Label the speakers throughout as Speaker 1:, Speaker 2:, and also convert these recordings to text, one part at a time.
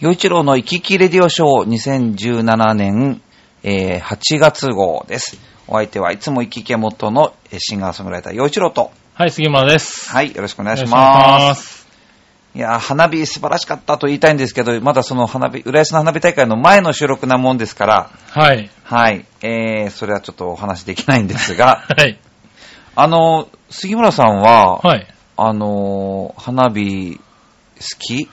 Speaker 1: 洋一郎の行き来レディオショー2017年、えー8月号です。お相手はいつも行き来元のえーシンガーソングライター洋一郎と、
Speaker 2: はい、杉村です。
Speaker 1: はい、よろしくお
Speaker 2: お
Speaker 1: 願いします。
Speaker 2: 願いしす。
Speaker 1: いやー、花火素晴らしかったと言いたいんですけど、まだその花火、浦安の花火大会の前の収録なもんですから、
Speaker 2: はい。
Speaker 1: はい、えー、それはちょっとお話できないんです が、
Speaker 2: はい。
Speaker 1: あの、杉村さんは、
Speaker 2: はい。
Speaker 1: あのー、花火、好き
Speaker 2: 好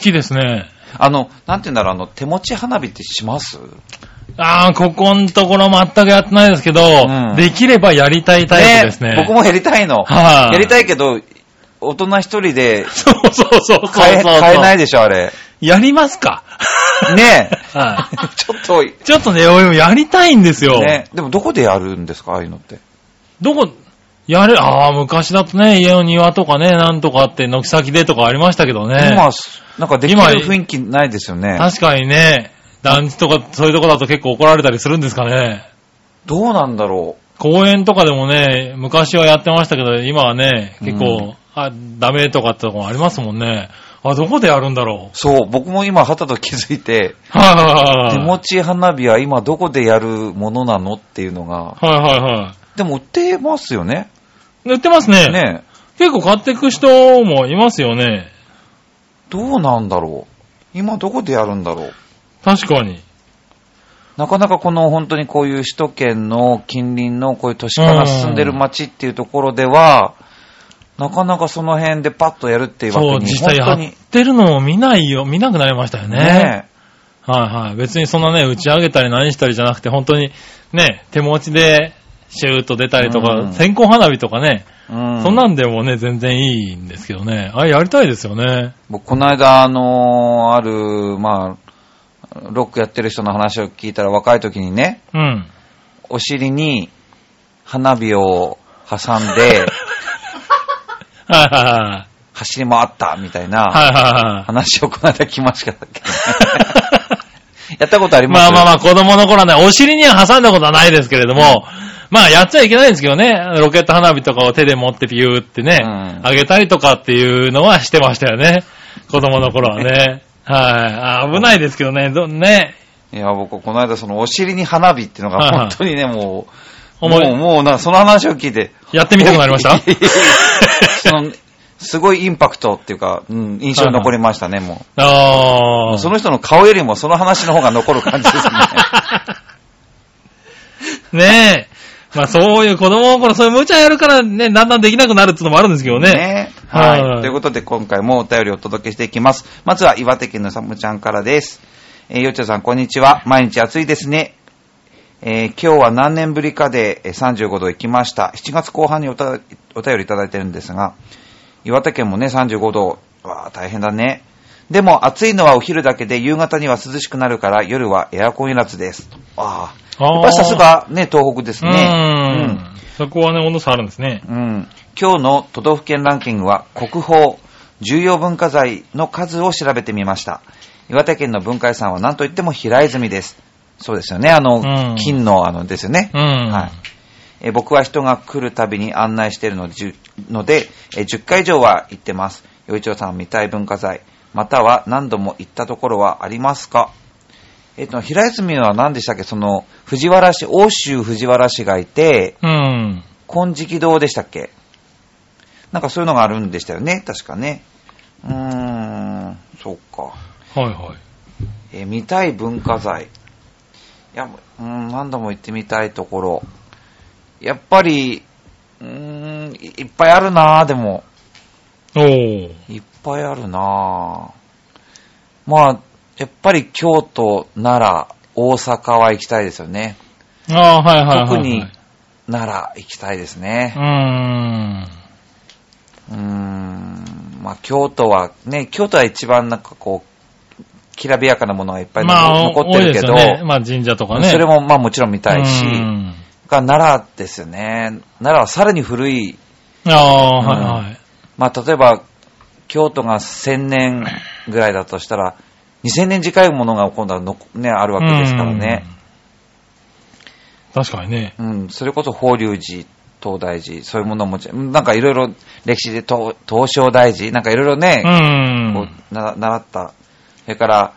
Speaker 2: きですね。
Speaker 1: あの、なんて言うんだろう、あの、手持ち花火ってします
Speaker 2: あー、ここんところ全くやってないですけど、
Speaker 1: ん
Speaker 2: できればやりたいタイプですね。
Speaker 1: 僕もやりた いの。
Speaker 2: はい
Speaker 1: やりたいけど、大人一人で
Speaker 2: そうそうそうそうそう。
Speaker 1: 買え買えないでしょ、あ れ。
Speaker 2: やりますか
Speaker 1: ねえ。
Speaker 2: は
Speaker 1: ちょっと、
Speaker 2: い。ちょっとね、俺もやりたいんですよ。
Speaker 1: ね。でもどこでやるんですか、ああいうのって。
Speaker 2: どこ、やる、あー、昔だとね、家の庭とかね、なんとかあって、軒先でとかありましたけどね。
Speaker 1: 今、なんかできる
Speaker 2: 今
Speaker 1: 雰囲気ないですよね。
Speaker 2: 確かにね、団地とかそういうとこだと結構怒られたりするんですかね。
Speaker 1: どうなんだろ
Speaker 2: 公園とかでもね、昔はやってましたけど、今はね、結構、
Speaker 1: うん
Speaker 2: あ、ダメとかってとこもありますもんね。あ、どこでやるんだろ
Speaker 1: う。そう、僕も今、はたと気づいて、
Speaker 2: う。はいはい
Speaker 1: 手
Speaker 2: はいは
Speaker 1: 持ち花火は今どこでやるものなのっていうのが、
Speaker 2: い。はいはいは
Speaker 1: でも売ってますよね。
Speaker 2: い。売ってますね。
Speaker 1: ねえ。
Speaker 2: 結構買ってく人もいますよね。
Speaker 1: どうなんだろう。今どこでやるんだろう。
Speaker 2: 確かに。
Speaker 1: なかなかこの本当にこういう首都圏の近隣のこういう都市化が進んでる街っていうところでは、なかなかその辺でパッとやるっていうわ
Speaker 2: そう、
Speaker 1: けに、
Speaker 2: 実
Speaker 1: 本
Speaker 2: 際や
Speaker 1: 当
Speaker 2: っ
Speaker 1: に。
Speaker 2: てるのを見ないよ、見なくなりましたよね。
Speaker 1: ね
Speaker 2: はいはい。別にそんなね、打ち上げたり何したりじゃなくて、本当にね、手持ちでシューッと出たりと
Speaker 1: う
Speaker 2: か、
Speaker 1: ん
Speaker 2: 線香花火とかね、
Speaker 1: え。うん。
Speaker 2: そんなんでもね、全然いいんですけどね。あれやりたいですよね。
Speaker 1: 僕、この間、あのーある、まあ、ロックやってる人の話を聞いたら、若い時にね、
Speaker 2: うん。
Speaker 1: お尻に花火を挟んで、
Speaker 2: はいは
Speaker 1: 走り回ったみたいない
Speaker 2: は
Speaker 1: 話をこの間聞きましたけ どね、
Speaker 2: い。
Speaker 1: やったことあります
Speaker 2: まあまあまあ、子供の頃はね、お尻には挟んだことはないですけれども、まあ、やっちゃいけないんですけどね、ロケット花火とかを手で持ってピューってね、
Speaker 1: うん
Speaker 2: あげたりとかっていうのはしてましたよね。子供の頃はね。はい。あ危ないですけどね、ど、ね。
Speaker 1: いや、僕、この間、その、お尻に花火っていうの
Speaker 2: はい
Speaker 1: が、
Speaker 2: は
Speaker 1: 本
Speaker 2: い
Speaker 1: 当にね、もう、も、
Speaker 2: 思いう
Speaker 1: もうな、その話を聞いて。
Speaker 2: やってみたくなり ました
Speaker 1: おいその、すごいインパクトっていうか、うん、印象に残りましたね、も
Speaker 2: あ
Speaker 1: う。
Speaker 2: あ。
Speaker 1: その人の顔よりも、その話の方が残る感じですね。
Speaker 2: ねえ。まあそういう子供の頃そういう無茶やるからね、だんだんできなくなるっていうのもあるんですけどね。
Speaker 1: ねはい、
Speaker 2: はい
Speaker 1: ということで、今回もお便りをお届けしていきます。まずは、岩手県のさむちゃんからです。えー、よっちゃんさん、こんにちは。毎日暑いですね。えー今日は何年ぶりかでえー35度行きました。7月後半におたお便りいただいてるんですが、岩手県もね、35度。わあ、大変だね。でも、暑いのはお昼だけで、夕方には涼しくなるから、夜はエアコンいらずです。ああ。
Speaker 2: あー
Speaker 1: やっぱりさすが、ね、東北です
Speaker 2: う
Speaker 1: ね。
Speaker 2: ー
Speaker 1: うん
Speaker 2: ん。そこはね、温度差あるんですね。
Speaker 1: うん、今日の都道府県ランキングは国宝重要文化財の数を調べてみました岩手県の文化遺産は何といっても平泉ですそうですよねあの、
Speaker 2: うん
Speaker 1: 金のあのですよね、
Speaker 2: うん。
Speaker 1: はい、え僕は人が来るたびに案内しているので 10, のでえ10回以上は行ってます与一郎さん見たい文化財または何度も行ったところはありますかえっと、平泉は何でしたっけその、藤原氏、欧州藤原氏がいて、
Speaker 2: うん。
Speaker 1: 金色堂でしたっけなんかそういうのがあるんでしたよね、確かね。うーん、そうか。
Speaker 2: はいはい。
Speaker 1: えー見たい文化財。いや、うーん、何度も行ってみたいところ。やっぱり、うーん、いいっぱいあるなぁ、でも。
Speaker 2: おー。
Speaker 1: いっぱいあるなぁ。まあ、やっぱり京都、奈良、大阪は行きたいですよね。
Speaker 2: ああ、はいはいはい、はい。
Speaker 1: 特に奈良行きたいですね。
Speaker 2: うーん。
Speaker 1: うーんまあ、京都はね、京都は一番なんかこう、きらびやかなものがいっぱい残,、
Speaker 2: まあ、
Speaker 1: ってるけど、
Speaker 2: 多いですよね。まあ神社とかね。
Speaker 1: それもまあもちろん見たいし、
Speaker 2: うん
Speaker 1: が奈良ですよね。奈良はさらに古い、
Speaker 2: ああ、はいはい。
Speaker 1: まあ例えば、京都が1000年ぐらいだとしたら、2000年近いものが今度はの、ね、あるわけですからね。
Speaker 2: うん。確かにね。
Speaker 1: うん、それこそ法隆寺、東大寺、そういうものももちろん、なんかいろいろ歴史で東東照大寺、なんかいろいろね、
Speaker 2: うん。
Speaker 1: こうな習った。それから、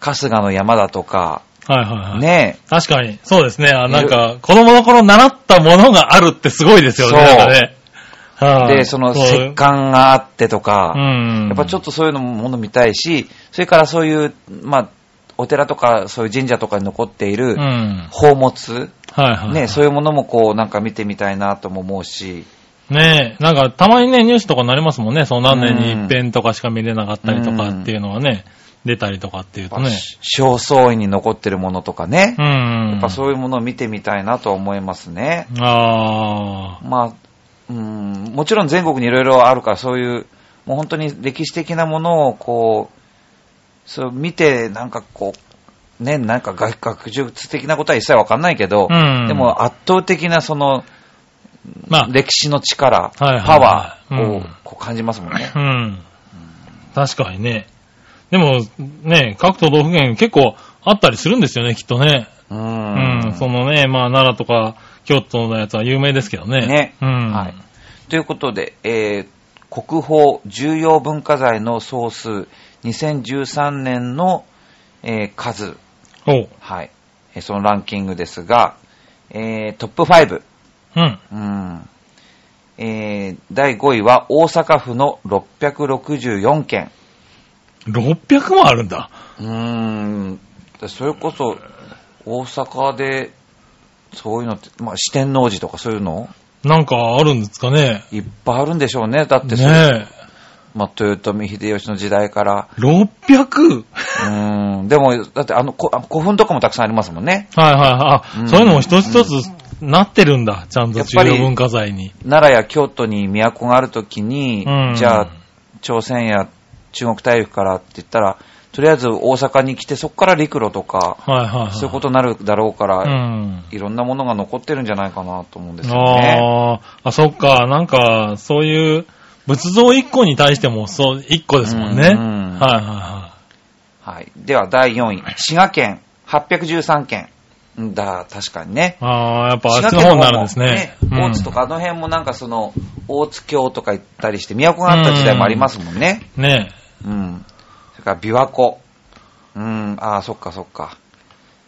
Speaker 1: 春日の山だとか、
Speaker 2: はいはいはい。
Speaker 1: ね
Speaker 2: 確かに。そうですね。あなんか、子供の頃習ったものがあるってすごいですよね。
Speaker 1: そう
Speaker 2: なんかね。はい
Speaker 1: で、その
Speaker 2: そう
Speaker 1: 石棺があってとか
Speaker 2: う、ん。
Speaker 1: やっぱちょっ
Speaker 2: と、
Speaker 1: とそういうのももの見たいし、それからそういう、まあ、お寺とかそういう神社とかに残っている
Speaker 2: うん。はい
Speaker 1: 宝物、
Speaker 2: はい。
Speaker 1: ね、そういうものもこうなんか見てみたいなとも思うし、
Speaker 2: ねえ、なんかたまにね、ニュースとかになりますもんね。その何年に一遍とかしか見れなかったりとかっていうのはね、出たりとかっていうとね。
Speaker 1: 正倉院に残ってるものとかね
Speaker 2: う、ん。
Speaker 1: やっぱそういうものを見てみたいなとは思いますね。
Speaker 2: あ
Speaker 1: まあ、うん、もちろん全国にいろいろあるから、そういう、もう本当に歴史的なものをこう、そう見て、なんかこう、ね、なんか学学術的なことは一切わかんないけど、
Speaker 2: うん
Speaker 1: でも圧倒的なその
Speaker 2: あ。ま
Speaker 1: 歴史の力、
Speaker 2: いはいはい
Speaker 1: パワーを、
Speaker 2: うん
Speaker 1: こう感じますもんね。
Speaker 2: あ、うん。確かにね。でも、ね、各都道府県結構あったりするんですよね、きっとね。
Speaker 1: う
Speaker 2: うん。そのね、まあ奈良とか京都のやつは有名ですけどね。
Speaker 1: ね
Speaker 2: うん。
Speaker 1: はい。ということで、えー国宝重要文化財の総数2013年の、えー数、
Speaker 2: おう。
Speaker 1: はい、えーそのランキングですが、えートップ5、
Speaker 2: うん。
Speaker 1: うんえー第5位は大阪府の664件。
Speaker 2: 600もあるんだ。
Speaker 1: うーん、それこそ大阪でそういうのって、まあ、四天王寺とかそういうの
Speaker 2: なんかあるんですかね。
Speaker 1: いっぱいあるんでしょうね。だってそれ、
Speaker 2: ねえ。
Speaker 1: まあ、豊臣秀吉の時代から。
Speaker 2: 600?
Speaker 1: うーん、でも、だってあのこあ古墳とかもたくさんありますもんね。
Speaker 2: はいはいはい。あ、
Speaker 1: うん
Speaker 2: そういうのも一つ一つなってるんだ。ちゃんと
Speaker 1: やっぱ
Speaker 2: 重
Speaker 1: り
Speaker 2: 要文化財に。
Speaker 1: 奈良や京都に都があるときに、
Speaker 2: うん
Speaker 1: じゃあ、朝鮮や中国大陸からって言ったら、とりあえず大阪に来て、そこから陸路とか、
Speaker 2: はいはいはい。
Speaker 1: そういうことになるだろうから、
Speaker 2: うん。
Speaker 1: いろんなものが残ってるんじゃないかなと思うんですよね。
Speaker 2: ああ、あ、そっか。なんか、そういう仏像1個に対しても、そう、1個ですもんね。はい
Speaker 1: うんうん
Speaker 2: はいは
Speaker 1: はい。では、第4位。滋賀県、813件。んだ、確かにね。
Speaker 2: い。ああ、やっぱあっちの方になるんですね。
Speaker 1: 滋賀県の方もね大津と
Speaker 2: か。
Speaker 1: かあの辺もなんかその、大津京とか行ったりして、都があった時代もありますもんね。
Speaker 2: ね
Speaker 1: うん。それから琵琶湖。うん、ああ、そっかそっか。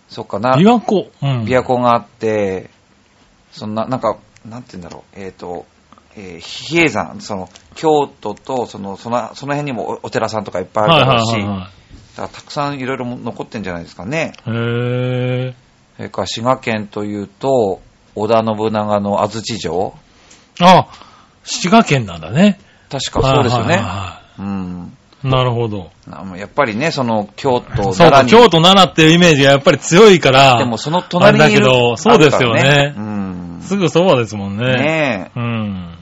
Speaker 1: そっかな。
Speaker 2: え。琵琶湖。うん。
Speaker 1: 琵琶湖があって、そんな、なんか、なんて言うんだろう。えっ、と、えー比叡山、その、京都と、その、その、その辺にもおお寺さんとかいっぱいあるだろうし、
Speaker 2: はいはい
Speaker 1: だ
Speaker 2: は
Speaker 1: からたくさんいろいろ残ってんじゃないですかね。
Speaker 2: いはい。へえ。
Speaker 1: それから滋賀県というと、織田信長の安土城
Speaker 2: あ、滋賀県なんだね。
Speaker 1: 確かそうですよ
Speaker 2: はいはい
Speaker 1: ね。
Speaker 2: は
Speaker 1: うん。
Speaker 2: いなるほど。
Speaker 1: あのやっぱりね、その、京都、
Speaker 2: そうか、
Speaker 1: 奈良に
Speaker 2: 京都、奈良っていうイメージがやっぱり強いから、
Speaker 1: でもその隣にいる
Speaker 2: あれだけどそうですよね
Speaker 1: あるからうん。
Speaker 2: すぐそばですもんね。
Speaker 1: ねえ。
Speaker 2: うん。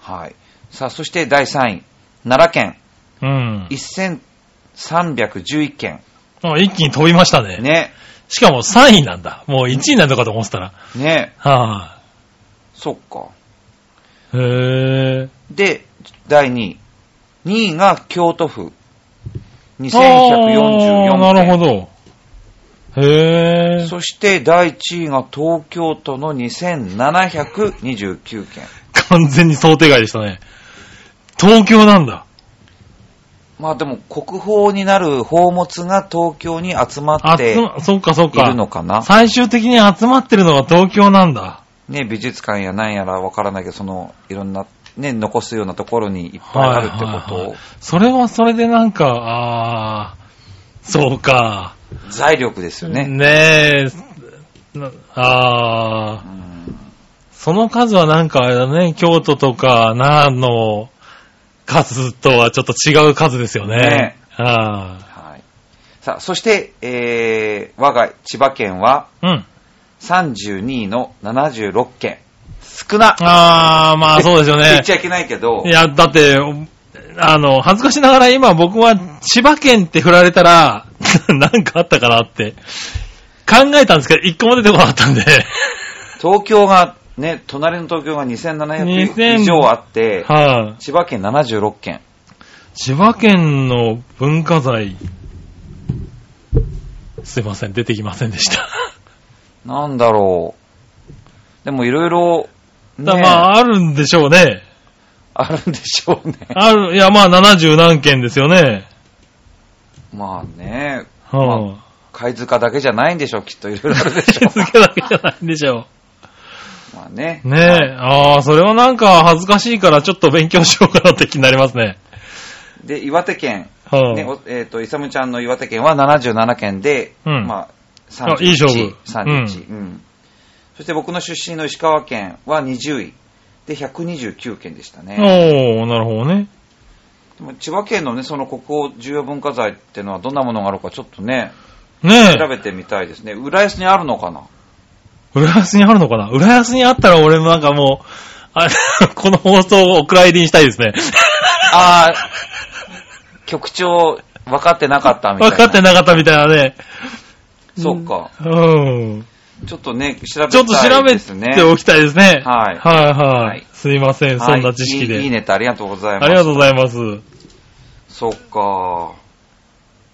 Speaker 1: はい。さあ、そして第3位。奈良県、
Speaker 2: うん。
Speaker 1: 1311件。
Speaker 2: あ一気に飛びましたね。
Speaker 1: ね。
Speaker 2: しかも3位なんだ。もう1位なんだかと思ってたら。
Speaker 1: ね。
Speaker 2: は
Speaker 1: そっか。
Speaker 2: い。へえ。
Speaker 1: で、第2位。2位が京都府、
Speaker 2: あ
Speaker 1: 2144
Speaker 2: ー
Speaker 1: 件。
Speaker 2: なるほど。へえ。
Speaker 1: そして第1位が東京都の2729件。
Speaker 2: 完全に想定外でしたね。東京なんだ。
Speaker 1: まあでも国宝になる宝物が東京に集ま
Speaker 2: あ
Speaker 1: っ
Speaker 2: つ
Speaker 1: て
Speaker 2: ま、そっかそっ
Speaker 1: いるの
Speaker 2: か。
Speaker 1: かな。
Speaker 2: 最終的に集まってるのが東京なんだ。
Speaker 1: ね、美術館やなんやらわからないけど、そのいろんな、ね、残すようなところにいっぱいあるってことを、
Speaker 2: はいはいはいそれはそれでなんか、ああ、そうか。
Speaker 1: 財力ですよね。
Speaker 2: ねえ。な
Speaker 1: う
Speaker 2: ああ、
Speaker 1: ん
Speaker 2: その数はなんかあれだね、京都とか奈良の数とはちょっと違う数ですよね。
Speaker 1: ね
Speaker 2: あ
Speaker 1: はい、さあ、そして、えー、我が千葉県は
Speaker 2: あ。うん。
Speaker 1: 32位の76件。少な
Speaker 2: ああ、まあそうですよ
Speaker 1: って言
Speaker 2: ね
Speaker 1: っち。ゃいけないけど
Speaker 2: い、や、だって、あの、恥ずかしながら今僕は千葉県って振られたら、 なんかあったかなって考えたんですけど、一個も出てこなかったんで。
Speaker 1: 東京が、ね、隣の東京が2700以上あって、
Speaker 2: はい、
Speaker 1: 千葉県76件。
Speaker 2: 千葉県の文化財、すいません、出てきませんでした。
Speaker 1: なんだろう。でもいろいろ、ね
Speaker 2: だ まあ、あるんでしょうね。
Speaker 1: あるんでしょうね。
Speaker 2: ある、いや、まあ、70何件ですよね。
Speaker 1: まあね、
Speaker 2: うん。
Speaker 1: 貝塚だけじゃないんでしょう、きっといろいろあるでしょ
Speaker 2: 気づけだけじゃないんでしょ
Speaker 1: う。まあね
Speaker 2: う。。ねえ。ああ、それはなんか恥ずかしいからちょっと勉強しようかなって気になりますね。
Speaker 1: で、岩手県、
Speaker 2: うん。
Speaker 1: ねおえっ、と、イサムちゃんの岩手県は77県で、
Speaker 2: うん
Speaker 1: まあ、
Speaker 2: あ
Speaker 1: 31
Speaker 2: いい勝負
Speaker 1: 31、うんそして僕の出身の石川県は20位で129県でしたね。
Speaker 2: おー、なるほどね。
Speaker 1: でも千葉県のね、その国宝重要文化財っていうのはどんなものがあるかちょっとね、
Speaker 2: ね
Speaker 1: 調べてみたいですね。浦安にあるのかな
Speaker 2: え。浦安にあるのかな浦安にあったら俺もなんかもう、あ この放送をお蔵入りにしたいですね。
Speaker 1: あー、局長、分かってなかったみたい
Speaker 2: 分
Speaker 1: な。
Speaker 2: かってなかったみたいなね。
Speaker 1: そうか。
Speaker 2: うん。
Speaker 1: ちょっとね、調べ
Speaker 2: ちょっと調べ
Speaker 1: ですね
Speaker 2: ておきたいですね。
Speaker 1: はい
Speaker 2: はいは
Speaker 1: はいい。
Speaker 2: すいません、そん
Speaker 1: は
Speaker 2: ない知識で。
Speaker 1: いいいいネタありがとうございます。
Speaker 2: ありがとうございます。
Speaker 1: そっか。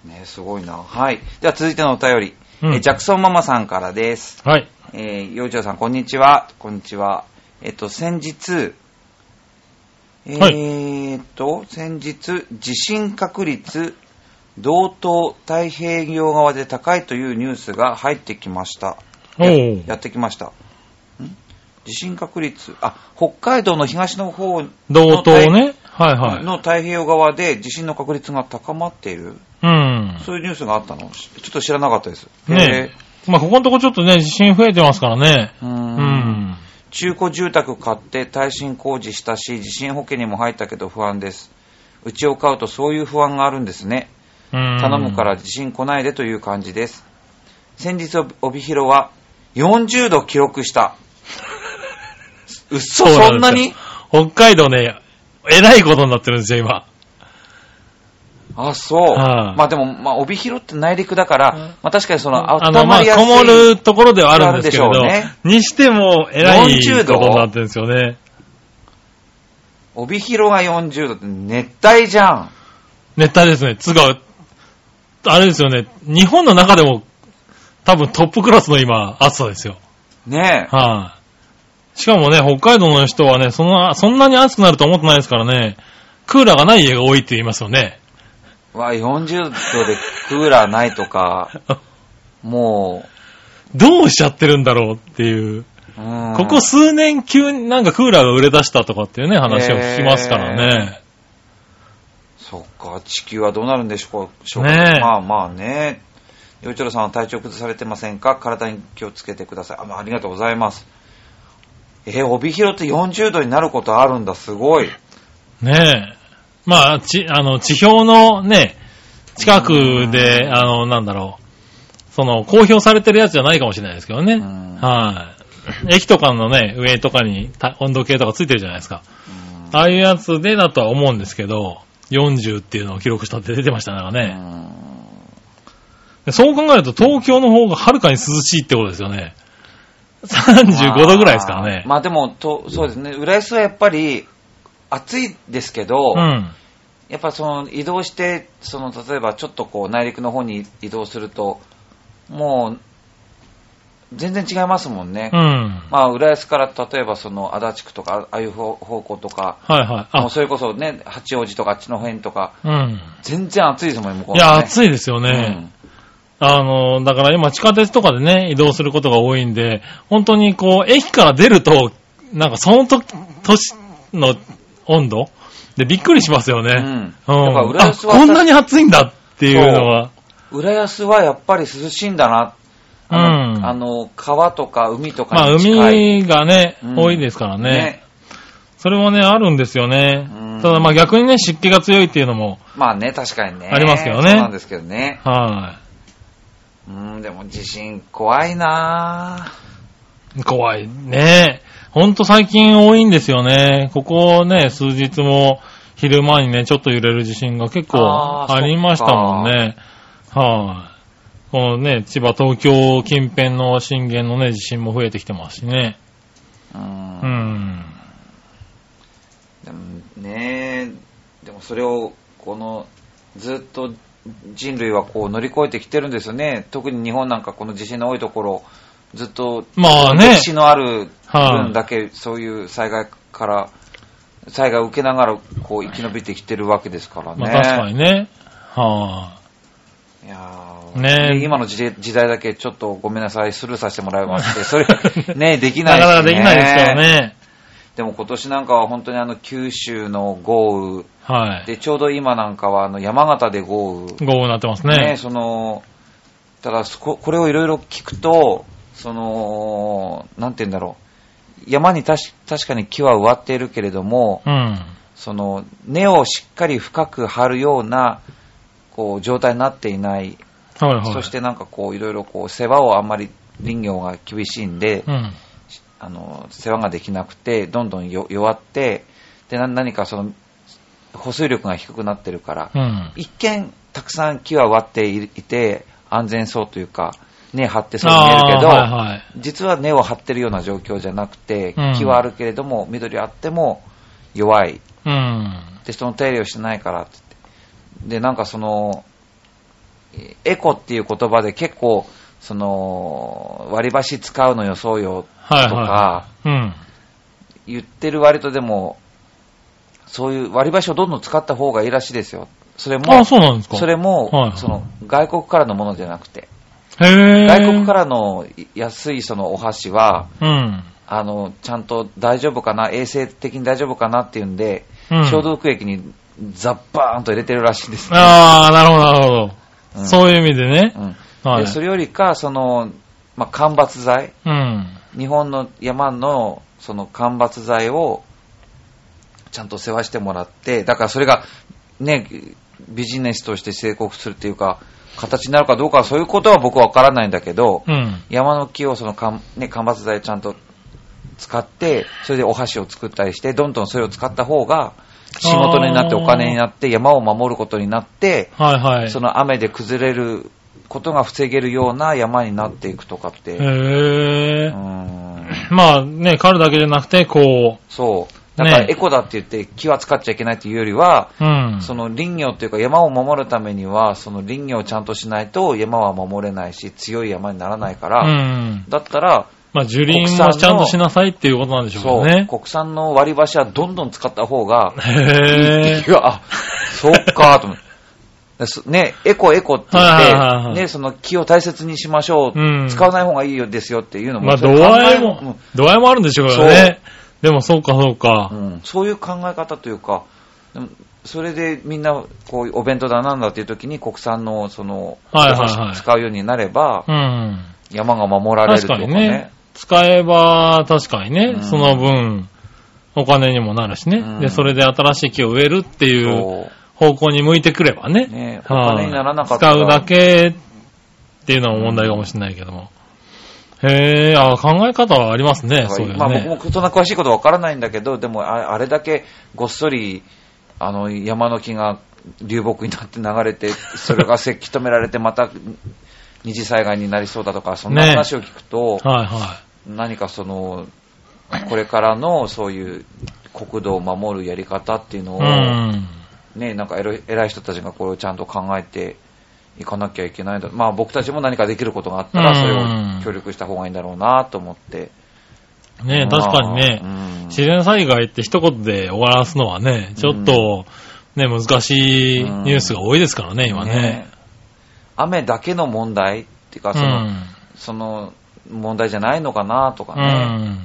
Speaker 1: ね、すごいな。はい。では続いてのお便り。
Speaker 2: うん
Speaker 1: えジャクソンママさんからです。
Speaker 2: はい。
Speaker 1: えー、洋一郎さん、こんにちは。こんにちは。えっと、先日、え
Speaker 2: はい
Speaker 1: ーっと、先日、地震確率、同等太平洋側で高いというニュースが入ってきました。
Speaker 2: おー。
Speaker 1: やってきました。ん地震確率、あ、北海道の東の方の
Speaker 2: 同等ね。はいは
Speaker 1: の太平洋側で地震の確率が高まっている、
Speaker 2: い。うん。
Speaker 1: そういうニュースがあったのしちょっと知らなかったです。
Speaker 2: ね
Speaker 1: へ
Speaker 2: え。まあ、ここのとこちょっとね、地震増えてますからね。
Speaker 1: ーう
Speaker 2: うんん。
Speaker 1: 中古住宅買って耐震工事したし、地震保険にも入ったけど不安です。うちを買うとそういう不安があるんですね。
Speaker 2: うん。
Speaker 1: 頼むから。地震来ないでという感じです。先日帯広は40度記録した。うっそ、
Speaker 2: そうなんですよ
Speaker 1: そんなに
Speaker 2: 北海道ね、えらいことになってるんですよ、今。
Speaker 1: あ、そう。
Speaker 2: はい
Speaker 1: まあでも、まあ帯広って内陸だから、まあ確かにその、
Speaker 2: あ
Speaker 1: 温
Speaker 2: の、ま
Speaker 1: ま
Speaker 2: あ、
Speaker 1: りやすい。
Speaker 2: こもるところではあるんですけれ
Speaker 1: ある
Speaker 2: ど、
Speaker 1: でしょうね
Speaker 2: にしても、えらい
Speaker 1: 40
Speaker 2: こと
Speaker 1: 度
Speaker 2: になってるんですよね。
Speaker 1: 帯広が40度って熱帯じゃん。
Speaker 2: 熱帯ですね。つうか、あれですよね、日本の中でも、多分トップクラスの今、暑さですよ。
Speaker 1: ねえ。
Speaker 2: はい、しかもね、北海道の人はね、そんな、そんなに暑くなると思ってないですからね、クーラーがない家が多いって言いますよね。
Speaker 1: わ、40度でクーラーないと か、も
Speaker 2: どうしちゃってるんだろうっていう。
Speaker 1: う、うん
Speaker 2: ここ数年急になんかクーラーが売れ出したとかっていうね、話を聞きますからね。
Speaker 1: そっか、地球はどうなるんでしょうしょう
Speaker 2: ねえ
Speaker 1: まあまあね。よいちろさんは体調崩されてませんか体に気をつけてください。あまあありがとうございます。えー帯広って40度になることあるんだ、すごい。
Speaker 2: ねえ。まあ、ち、あの、地表のね、近くで、あの、なんだろう。その、公表されてるやつじゃないかもしれないですけどね。
Speaker 1: うん
Speaker 2: はい。駅とかのね、上とかにた温度計とかついてるじゃないですか。ああいうやつでだとは思うんですけど、40っていうのを記録したって出てましたから
Speaker 1: う
Speaker 2: ね。
Speaker 1: ん
Speaker 2: でそう考えると東京の方がはるかに涼しいってことですよね。35度ぐらいですからね。
Speaker 1: まあまあでもと、そうですね、浦安はやっぱり暑いですけど、
Speaker 2: うん。
Speaker 1: やっぱその移動して、その例えばちょっとこう内陸の方に移動すると、もう全然違いますもんね。
Speaker 2: うん。
Speaker 1: まあ浦安から例えばその足立区とか、あああいう方方向とか、
Speaker 2: はいはい。
Speaker 1: も
Speaker 2: あ
Speaker 1: う、それこそね、八王子とかあっちの辺とか、
Speaker 2: うん。
Speaker 1: 全然暑いですもんね、向こう
Speaker 2: いや、
Speaker 1: い
Speaker 2: 暑いですよね。あの、だから今地下鉄とかでね、移動することが多いんで、本当にこう、駅から出ると、なんかその時、年の温度でびっくりします
Speaker 1: う
Speaker 2: よね。
Speaker 1: ん。
Speaker 2: う
Speaker 1: だ
Speaker 2: ん。
Speaker 1: から浦
Speaker 2: あ、
Speaker 1: 安は
Speaker 2: こんなに暑いんだっていうのは。
Speaker 1: 浦安はやっぱり涼しいんだな。あの、
Speaker 2: うん
Speaker 1: あの川とか海と
Speaker 2: まあ、
Speaker 1: かに近い。
Speaker 2: 海がね、
Speaker 1: うん
Speaker 2: 多いですからね。それもね、あるんですよね
Speaker 1: う。ん
Speaker 2: ただまあ逆にね、湿気が強いっていうのも、
Speaker 1: まあね、確かにね。
Speaker 2: ありますけどね
Speaker 1: そうなんですけどね。
Speaker 2: は。
Speaker 1: うん、でも地震怖いない
Speaker 2: 怖いね。ほんと最近多いんですよね。ここね、数日も昼間にね、ちょっと揺れる地震が結構
Speaker 1: あー
Speaker 2: ありましたもんね。はい。このね、千葉、東京近辺の震源のね、地震も増えてきてますしね。
Speaker 1: ぁ。う。
Speaker 2: うんん。
Speaker 1: でもねでもそれを、この、ずっと人類はこう乗り越えてきてるんですよね。特に日本なんかこの地震の多いところ、ずっと、
Speaker 2: まあね
Speaker 1: 歴史のある
Speaker 2: はい
Speaker 1: 分だけ、そういう災害から、災害を受けながら、こう生き延びてきてるわけですからね。
Speaker 2: まあ確かにね。はい
Speaker 1: やー
Speaker 2: ねえ
Speaker 1: 今の時代時代だけちょっとごめんなさい、スルーさせてもらいます って、それ、ね、できな
Speaker 2: な
Speaker 1: い
Speaker 2: か
Speaker 1: し、ね。
Speaker 2: なかできないですから。ね。
Speaker 1: でも今年なんかは本当にあの、九州の豪
Speaker 2: は
Speaker 1: 雨、
Speaker 2: い。
Speaker 1: で、ちょうど今なんかはあの、山形で豪雨、
Speaker 2: 豪雨になってます
Speaker 1: ね
Speaker 2: ね。
Speaker 1: その、ただそこ、これをいろいろ聞くと、その、なんて言うんだろう。山にたし確かに木は植わっているけれども、
Speaker 2: うん。
Speaker 1: その、根をしっかり深く張るような、こう、状態になっていない。
Speaker 2: はいはい。
Speaker 1: そし、てなんかこう、いろいろこう、世話をあんまり林業が厳しいんで、
Speaker 2: うん。
Speaker 1: あの、世話ができなくて、どんどんよ弱って、で、な何かその、保水力が低くなってるから、
Speaker 2: うん。
Speaker 1: 一見たくさん木は割っていて安全そうというか根張ってそうに見え
Speaker 2: あ
Speaker 1: るけど、
Speaker 2: あーはいはい。
Speaker 1: 実は根を張ってるような状況じゃなくて、
Speaker 2: うん
Speaker 1: 木はあるけれども緑あっても弱い
Speaker 2: うん。
Speaker 1: でその手入れをしてないからって言ってでなんかそのえエコっていう言葉で結構その割り箸使うのよそうよ
Speaker 2: はいはい。
Speaker 1: とか
Speaker 2: うん。
Speaker 1: 言ってる割とでもそういう割り箸をどんどん使った方がいいらしいですよそれも
Speaker 2: ああ、そうなんですか。
Speaker 1: それも、
Speaker 2: はい
Speaker 1: その外国からのものじゃなくて、
Speaker 2: へえ。
Speaker 1: 外国からのい安いそのお箸は、
Speaker 2: ら。うん。
Speaker 1: あの、ちゃんと大丈夫かな、衛生的に大丈夫かなっていうんで、
Speaker 2: うん
Speaker 1: 消毒液にザッバーンと入れてるらしいんですね、
Speaker 2: ああ、なるほど、なるほど。
Speaker 1: うん
Speaker 2: そういう意味でね。
Speaker 1: うん
Speaker 2: はい
Speaker 1: でそれよりか、その、まあ、間伐材、
Speaker 2: うん。
Speaker 1: 日本の山のその間伐材をちゃんと世話してもらって、だからそれがね、ビジネスとして成功するっていうか、形になるかどうかはそういうことは僕はわからないんだけど、
Speaker 2: うん。
Speaker 1: 山の木をその間,、ね、間伐材をちゃんと使って、それでお箸を作ったりして、どんどんそれを使った方が、仕事になって
Speaker 2: あー
Speaker 1: お金になって、山を守ることになって、
Speaker 2: はいはい。
Speaker 1: その雨で崩れることが防げるような山になっていくとかって、う
Speaker 2: へえ。
Speaker 1: ーん
Speaker 2: まあね、狩るだけじゃなくて、こ
Speaker 1: そう。だから
Speaker 2: ね
Speaker 1: エコだって言って木は使っちゃいけないっていうよりは、
Speaker 2: う、うん。
Speaker 1: その林業っていうか山を守るためには、その林業をちゃんとしないと山は守れないし、強い山にならないか
Speaker 2: う
Speaker 1: ら、
Speaker 2: ん。
Speaker 1: だったら、
Speaker 2: まあ、樹林もちゃんとしなさいっていうことなんでしょ
Speaker 1: そうう、
Speaker 2: ね。
Speaker 1: 国産の割り箸はどんどん使った方がいいっ
Speaker 2: へ
Speaker 1: て
Speaker 2: え
Speaker 1: いう、。あ、そっか、と思って。ですね、エコエコって言って、
Speaker 2: はいはいはいはい
Speaker 1: ね、その木を大切にしましょう、
Speaker 2: うん
Speaker 1: 使わない方がいいよですよっていうのも、
Speaker 2: まあ、
Speaker 1: そ
Speaker 2: 度
Speaker 1: ういう考
Speaker 2: 合い
Speaker 1: え
Speaker 2: も、度合いもあるんでしょうからね。でも、そうか、そう
Speaker 1: う
Speaker 2: か。
Speaker 1: んうんそういう考え方というか、でもそれでみんな、こういうお弁当だなんだっていう時に国産の、その、
Speaker 2: はいはいはい
Speaker 1: 使うようになれば、
Speaker 2: うん。
Speaker 1: 山が守られる
Speaker 2: 確
Speaker 1: とか
Speaker 2: かに
Speaker 1: ね
Speaker 2: ね。。使えば、確かにね、
Speaker 1: うん
Speaker 2: その分、お金にもなるしね、
Speaker 1: うん
Speaker 2: で、それで新しい木を植えるっていう
Speaker 1: そう
Speaker 2: 方向に向いてくればね。
Speaker 1: ねお
Speaker 2: はい
Speaker 1: 金にならなかったら
Speaker 2: 使うだけっていうのは問題かもしれないけども。へえ、あ考え方はありますね、そういう
Speaker 1: まあ
Speaker 2: ね。
Speaker 1: 僕もそんな詳しいことわからないんだけど、でもああれだけごっそり、あの、山の木が流木になって流 れて、それがせき止められて、また二次災害になりそうだとか、そんな
Speaker 2: ね
Speaker 1: 話を聞くと、
Speaker 2: はいは
Speaker 1: 何かその、これからのそういう国土を守るやり方っていうのを、
Speaker 2: い。うん。
Speaker 1: ね、なんか偉い偉い人たちがこれをちゃんと考えていかなきゃいけないんだ。まあ僕たちも何かできることがあった
Speaker 2: う
Speaker 1: ら、
Speaker 2: ん
Speaker 1: それを協力した方がいいんだろうなと思って。
Speaker 2: ね確かにね、
Speaker 1: うん
Speaker 2: 自然災害って一言で終わらすのはね、ちょっと、ね、難しいニュースが多いですからね、今ね。
Speaker 1: 雨だけの問題っていうか、
Speaker 2: う
Speaker 1: その、
Speaker 2: ん。
Speaker 1: その問題じゃないのかなとか
Speaker 2: う
Speaker 1: ね。
Speaker 2: ん。
Speaker 1: うん。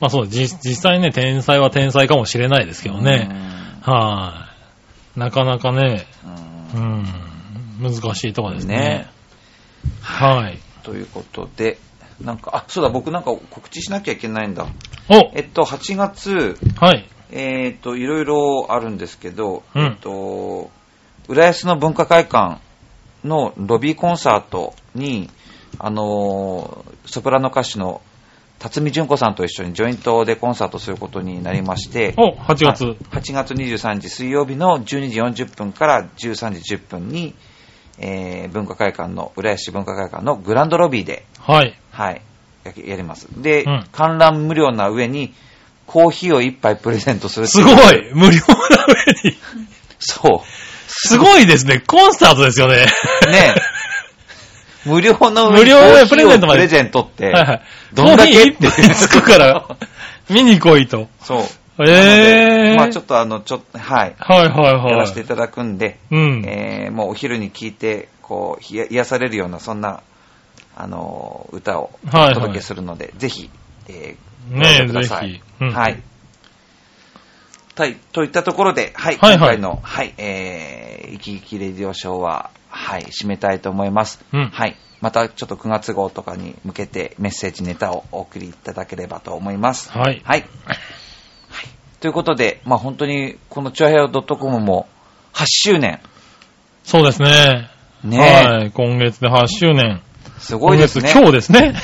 Speaker 2: まあそう、じ実際ね、天才は天才かもしれないですけどね。はい、なかなかね、
Speaker 1: うん。うん
Speaker 2: うん、難しいとこですね。
Speaker 1: ね
Speaker 2: はい。
Speaker 1: ということで、なんか、あ、そうだ、僕なんか告知しなきゃいけないんだ。え
Speaker 2: お
Speaker 1: っと、8月、
Speaker 2: はい。
Speaker 1: えっと、いろいろあるんですけど、
Speaker 2: うん
Speaker 1: えっと、浦安の文化会館のロビーコンサートに、あのーソプラノ歌手の辰巳純子さんと一緒にジョイントでコンサートすることになりまして、
Speaker 2: お !8 月。
Speaker 1: はい8月23日水曜日の12時40分から13時10分に、えー文化会館の、浦安市文化会館のグランドロビーで、
Speaker 2: はい。
Speaker 1: はい、ややります。で、
Speaker 2: うん
Speaker 1: 観覧無料な上に、コーヒーを一杯プレゼントするって
Speaker 2: す
Speaker 1: う
Speaker 2: ごい無料な上に。
Speaker 1: そう。
Speaker 2: すごいですね。コンサートですよね。
Speaker 1: ねえ。 無料の
Speaker 2: 無料でプレゼントまで
Speaker 1: プレゼントって、
Speaker 2: はいはい。
Speaker 1: どんだけ
Speaker 2: コーヒー一杯つくから、見に来いと。
Speaker 1: そう。
Speaker 2: ええー。
Speaker 1: まあちょっとあの、ちょっと、はい、
Speaker 2: はいはいはい。
Speaker 1: やらせていただくんで、
Speaker 2: うん。
Speaker 1: えーもうお昼に聞いてこう、ひや癒されるような、そんな、あのー、歌をお
Speaker 2: はいはい
Speaker 1: 届けするので、ぜひ、えー、
Speaker 2: ね
Speaker 1: ご覧
Speaker 2: え
Speaker 1: ください
Speaker 2: ぜひうん
Speaker 1: はい。はい、といったところで、はい、
Speaker 2: はいはい
Speaker 1: 今回の、はい、えー、生き生きレディオショーは、はい、締めたいと思います。
Speaker 2: うん
Speaker 1: はい。またちょっと9月号とかに向けてメッセージネタをお送りいただければと思います。
Speaker 2: はい。
Speaker 1: はい。はい。ということで、まあ本当に、このチュアヘアドットコムも8周年。
Speaker 2: そうですね。
Speaker 1: ねえ、
Speaker 2: はい。今月で8周年。
Speaker 1: すごいですね。
Speaker 2: 今月、今日ですね。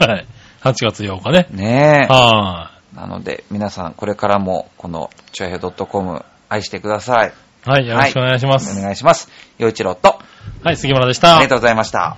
Speaker 2: はい。8月8日ね。
Speaker 1: ねえ。
Speaker 2: は
Speaker 1: なので、皆さんこれからもこのチュアヘアドットコム愛してください。
Speaker 2: い。はい。よろしくお願いします。
Speaker 1: お願いします。陽一郎と、
Speaker 2: はい、杉村でし
Speaker 1: あ
Speaker 2: た
Speaker 1: りが。とうございました。